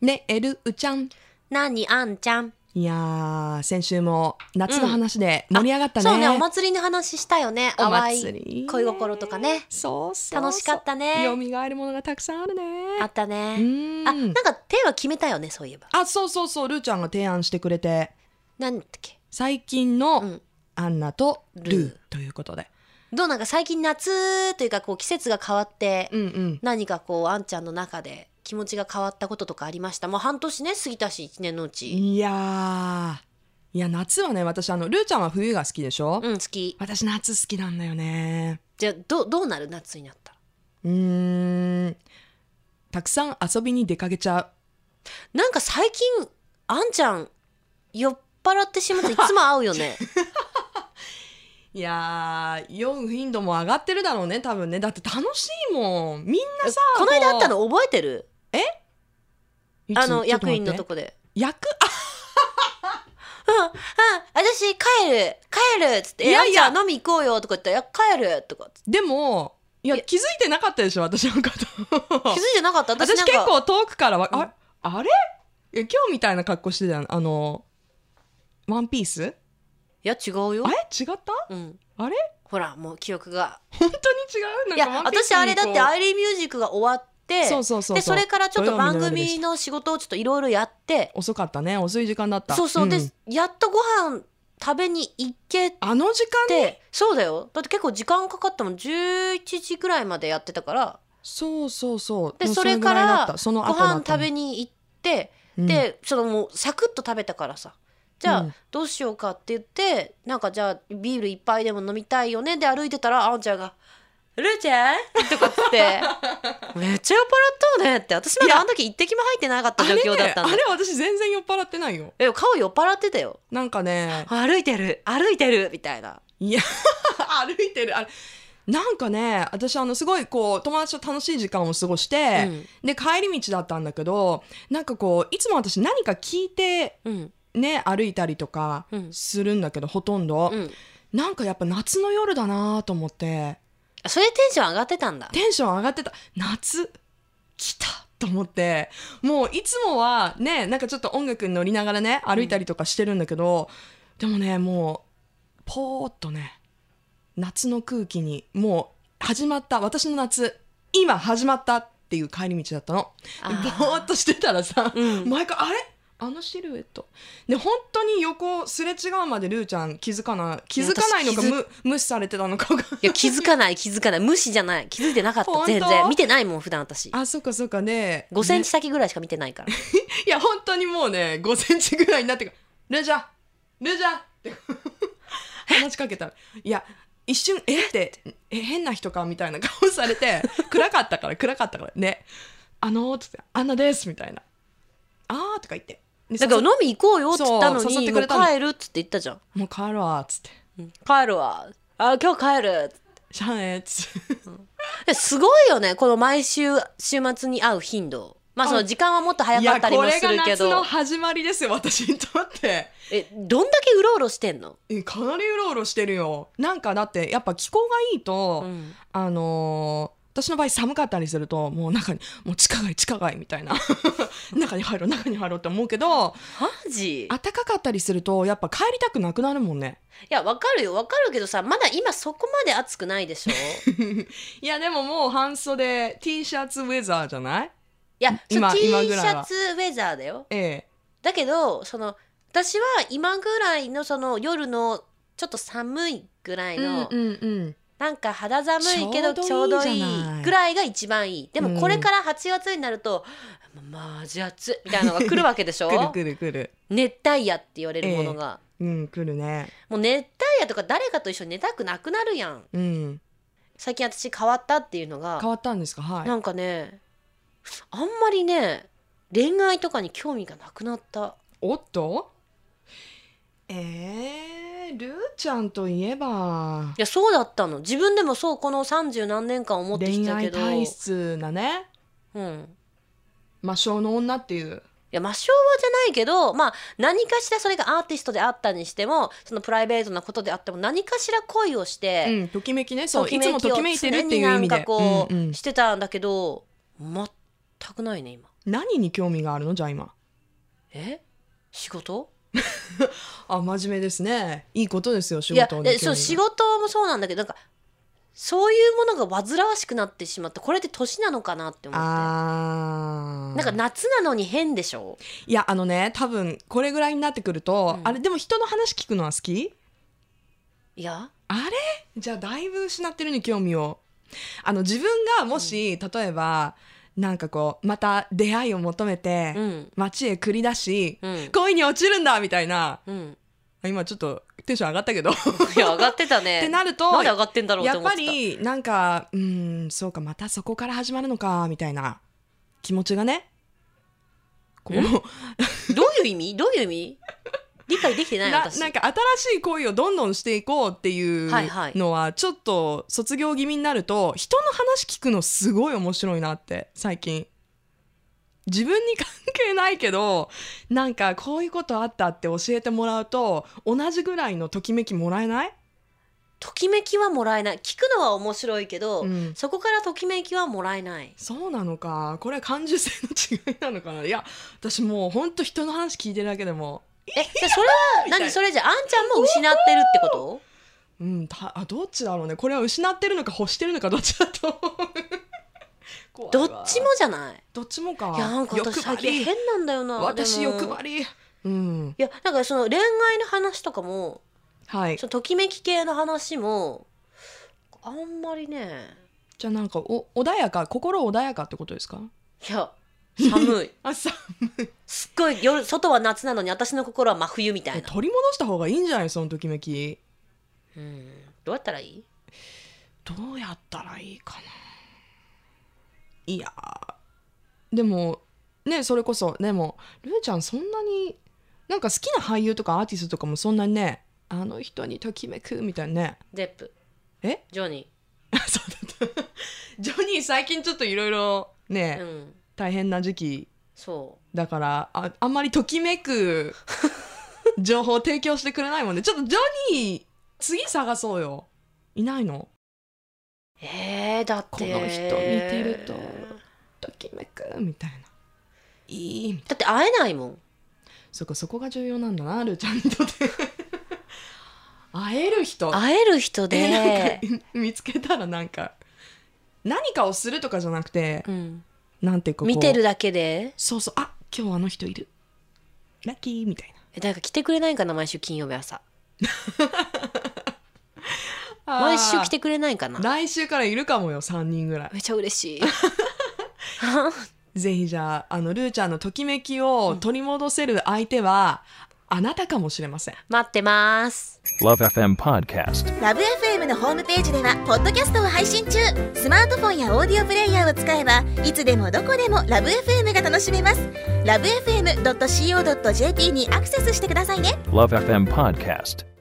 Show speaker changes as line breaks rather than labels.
ねえるうちゃん
なにあんちゃん。
いやー先週も夏の話で盛り上がったね、
そうね、お祭りの話したよね。
お
淡
祭り
い恋心とかね。
そうそうそう
楽しかったね
よみがえるものがたくさんあるね
あった
う
ね。
ーん
あ、なんかテーマ決めたよね、そういえば。
あそうそうそうルーちゃんが提案してくれて
なんだっけ。
最近
う
の
ん
アンナとル
ル
ー
ー
ということで、
どうなんか最近夏というかこう季節が変わって、
うんうん、
何かこうあんちゃんの中で気持ちが変わったこととかありました。もう半年ね過ぎたし一年のうち。
いやーいや夏はね私あのルーちゃんは冬が好きでしょ、
うん好き。
私夏好きなんだよね
じゃあどうどうなる夏になったら。
うーんたくさん遊びに出かけちゃ
なんか最近あんちゃん酔っ払ってしまっていつも会う よね。
ういやー酔う頻度も上がってるだろうね多分ねだって楽しいもんみんなさ
この間あった
こ
の覚えてる？
ういつ
あの
ちょっ
役員
待
の
って
とこで。
役
うん、うん、私帰る、帰るっつって、
い
い
や
や
い
い
や
や、飲み行こうよとか言ったら、いや、帰るとかっつって
でもいや
いや
気づいてなかったでしょ私のこと
気づいてなかった私
私
なん
結
か、
構遠くからわ
うん
ああれいや今日みたいな格好してたよあのワンピース
いや、違うよ
あ。れ違った
うん。
あれ
ほら、もう記憶が。
本当に違うなん
い
か
や、
ワンピース
私あれだって、アイリーミュージックが終わって、
そうそうそう
で、
そう
それからちょっと番
土曜日の夜でし
組の仕事をちょっといろいろやって、
遅かったね遅い時間だった
そうそう、
ん
で、やっとご飯食べに行けて、
あの時間に
そうだよ。だって結構時間かかったもん、11時ぐらいまでやってたから、
そうそうそう
で、
もう
それ
ぐ
から
いだっ
ら
た、その
ご
後だ
飯
った
食
の
べに行って、
うん
でそのもうサクッと食べたからさじ
う
ゃあ
ん
どうしようかって言ってなんかじゃあビール一杯でも飲みたいよねで歩いてたらあんちゃんが「ルーちゃん?」とかっつ って「めっちゃ酔っ払ったわね」って私ま
いや
だあの時一滴も入ってなかっ
あ
た状
れ
況だ
ね
ったん
あ
だ
れ私全然酔っ払ってないよ
え顔酔っ払ってたよ
なんか ね
歩いてる歩いてるみたいない
や 歩いてるあれなんかね私あのすごいこう友達と楽しい時間を過ごして、
うん
で帰り道だったんだけどなんかこういつも私何か聞いて
うん
ね歩いたりとか
うん
するんだけど、ほとんど、
うん
なんかやっぱ夏の夜だなと思って
あそれでテンション上がってたんだ
テンション上がってた夏来たと思ってもういつもはねなんかちょっと音楽に乗りながらね歩いたりとかしてるんだけど、でもねもうポーっとね夏の空気にもう始まった私の夏今始まったっていう帰り道だったの
あ
で
ー
ぼーっとしてたらさ、
うん
毎回あれあのシルエットで本当に横すれ違うまでルーちゃん気づかない気づかないのか
いや私気づ
む無視されてたのかが
いや気づかない気づかない無視じゃない気づいてなかった
本当
全然見てないもん普段私
あそっかそっかね
5センチ先ぐらいしか見てないから
いや本当にもうね5センチぐらいになってから「ルージャールージャー!」って 話しかけたらいや一瞬「えっ?」て「え変な人か?」みたいな顔されて暗かったから暗かったからね「あのー」つって「あんなです」みたいな「あー」とか言ってで
だから飲
誘っ
み行こうよっつったの
そう誘っ
に
て
も
く
う
れたの
帰るっつって言ったじゃん
もう帰るわ」っつって
帰るわあ今日帰る
「じゃあね」っつって
えすごいよねこの毎週週末に会う頻度まあその時間はもっと早
い
かっ
や
たり
こ
も
れ
す
が
るけ
夏の
ど
始まりですよ私にとって。
えどんだけうろうろしてんの、
えかなりうろうろしてるよなんかだってやっぱ気候がいいと、
うん
あのー私の場合寒かったりするともう中にもう地下街地下街みたい な中に入ろう中に入ろうって思うけど
マジい
暖かかったりするとやっぱ帰りたくなくなるもんね
やわかるよわかるけどさまだ今そこまで暑くないでしょ い
いやでももう半袖 T シャツウェザーじゃない
やそう
今
T シ
今ぐらい
ャ
は
ツウェザーだよ
ええ
だけどその私は今ぐらいのその夜のちょっと寒いぐらいの、
うんうん
なんか肌寒いけど
ち
ち
ょ
ょ
う
う
ど
ど
いい
い
じゃない
いぐらいが一番いいで
うん
もこれから8月になると、まあじゃあ暑いみたいなのが来るわけで しょ
くるくるくる
熱帯夜って言われるものが、
うんくるね
もう熱帯夜とか誰かと一緒に寝たくなくなるやん
うん
最近私変わったっていうのが
変わったんですかはい
なんかねあんまりね恋愛とかに興味がなくなった
おっとえー、ルーちゃんといえば
いやそうだったの自分でもそうこの30何年間思ってき
恋
たけ
愛
ど
体質なね
うん
魔性の女っていう
いや魔性はじゃないけど、まあ、何かしらそれがアーティストであったにしてもそのプライベートなことであっても何かしら恋をして、
うん、ときめきねそう
き
い
め
つ
き
も
を
ときめいてるっていう意味
常になん
で
かこう、
うんうん
してたんだけど全くないね今
何に興味があるのじゃあ今
え仕事
あ真面目ですねいいことですよ仕
いや
事に興味が
えそう仕事もそうなんだけどなんかそういうものが煩わしくなってしまってこれって年なのかなって思って
あー
なんか夏なのに変でしょ
いやあのね多分これぐらいになってくると、
うん
あれでも人の話聞くのは好き
いや
あれじゃあだいぶ失ってるに興味をあの自分がもし、例えばなんかこうまた出会いを求めて、
うん
街へ繰り出し、
うん
恋に落ちるんだみたいな
うん
今ちょっとテンション上がったけどっ
いや上がって たね
てなると
なんで上がってんだろうっ
や
て
っ
思っ
ぱ
てた
りなんかうんそうかまたそこから始まるのかみたいな気持ちがねこう
どういう意味どういう意味理解できてない
な
私
なんか新しい恋をどんどんしていこうっていう
はいはい
のはちょっと卒業気味になると人の話聞くのすごい面白いなって最近自分に関係ないけどなんかこういうことあったって教えてもらうと同じぐらいのときめきもらえない、
ときめきはもらえない聞くのは面白いけど、
うん、
そこからときめきはもらえない
そうなのかこれは感受性の違いなのかないや私もうほんと人の話聞いてるだけでも
えじゃあそれは
たい
何それじゃああんちゃんも失ってるってこと
うんたあどっちだろうねこれは失ってるのか欲してるのかどっちだと思う怖い
ど
わ
っちもじゃない
どっちもか。
いやなんか私最近変なんだよな
私
でも
欲張り。うん。
いやなんかその恋愛の話とかも
はい
そ。のときめき系の話もあんまりね
じゃあなんかお穏やか心穏やかってことですか？
いや 寒い
あさ
すっごい夜外は夏なのに私の心は真冬みたいな、
取り戻した方がいいんじゃないそのときめき。
うん、どうやったらいい
どうやったらいいかな。いやーでもねそれこそでもルーちゃんそんなになんか好きな俳優とかアーティストとかもそんなにねあの人にときめくみたいなね。
デップ
え？
ジョニ
あそうだった。ジョニー最近ちょっといろいろね
ー、、うん、
大変な時期
そ
だからああんまりときめく情報を提供してくれないもんねちょっとジョニー次探そうよいないの
うえー、だって
この人見てるとときめくみたいないいみたい
だって会えないもん
なそっかそこが重要なんだなルーちゃんにとって 会える人
会える人
え
で、
なんか見つけたらなんか何かをするとかじゃなくて
うん、
なんていうかこう
見てるだけで
そうそうあ今日あの人いるラッキーみたい
えなんか来てくれないかな毎週金曜日朝
な
毎週来てくれないかな
来週からいるかもよ3人ぐらい
めちゃ嬉しい
ぜひじゃああのルーちゃんのときめきを取り戻せる相手は、あなたかもしれません
待ってます
Love FM Podcast.
ラブ f m のホームページではポッドキャストを配信中スマートフォンやオーディオプレイヤーを使えばいつでもどこでもラブ f m が楽しめますラブ FM.co.jp にアクセスしてくださいね
Love FM Podcast.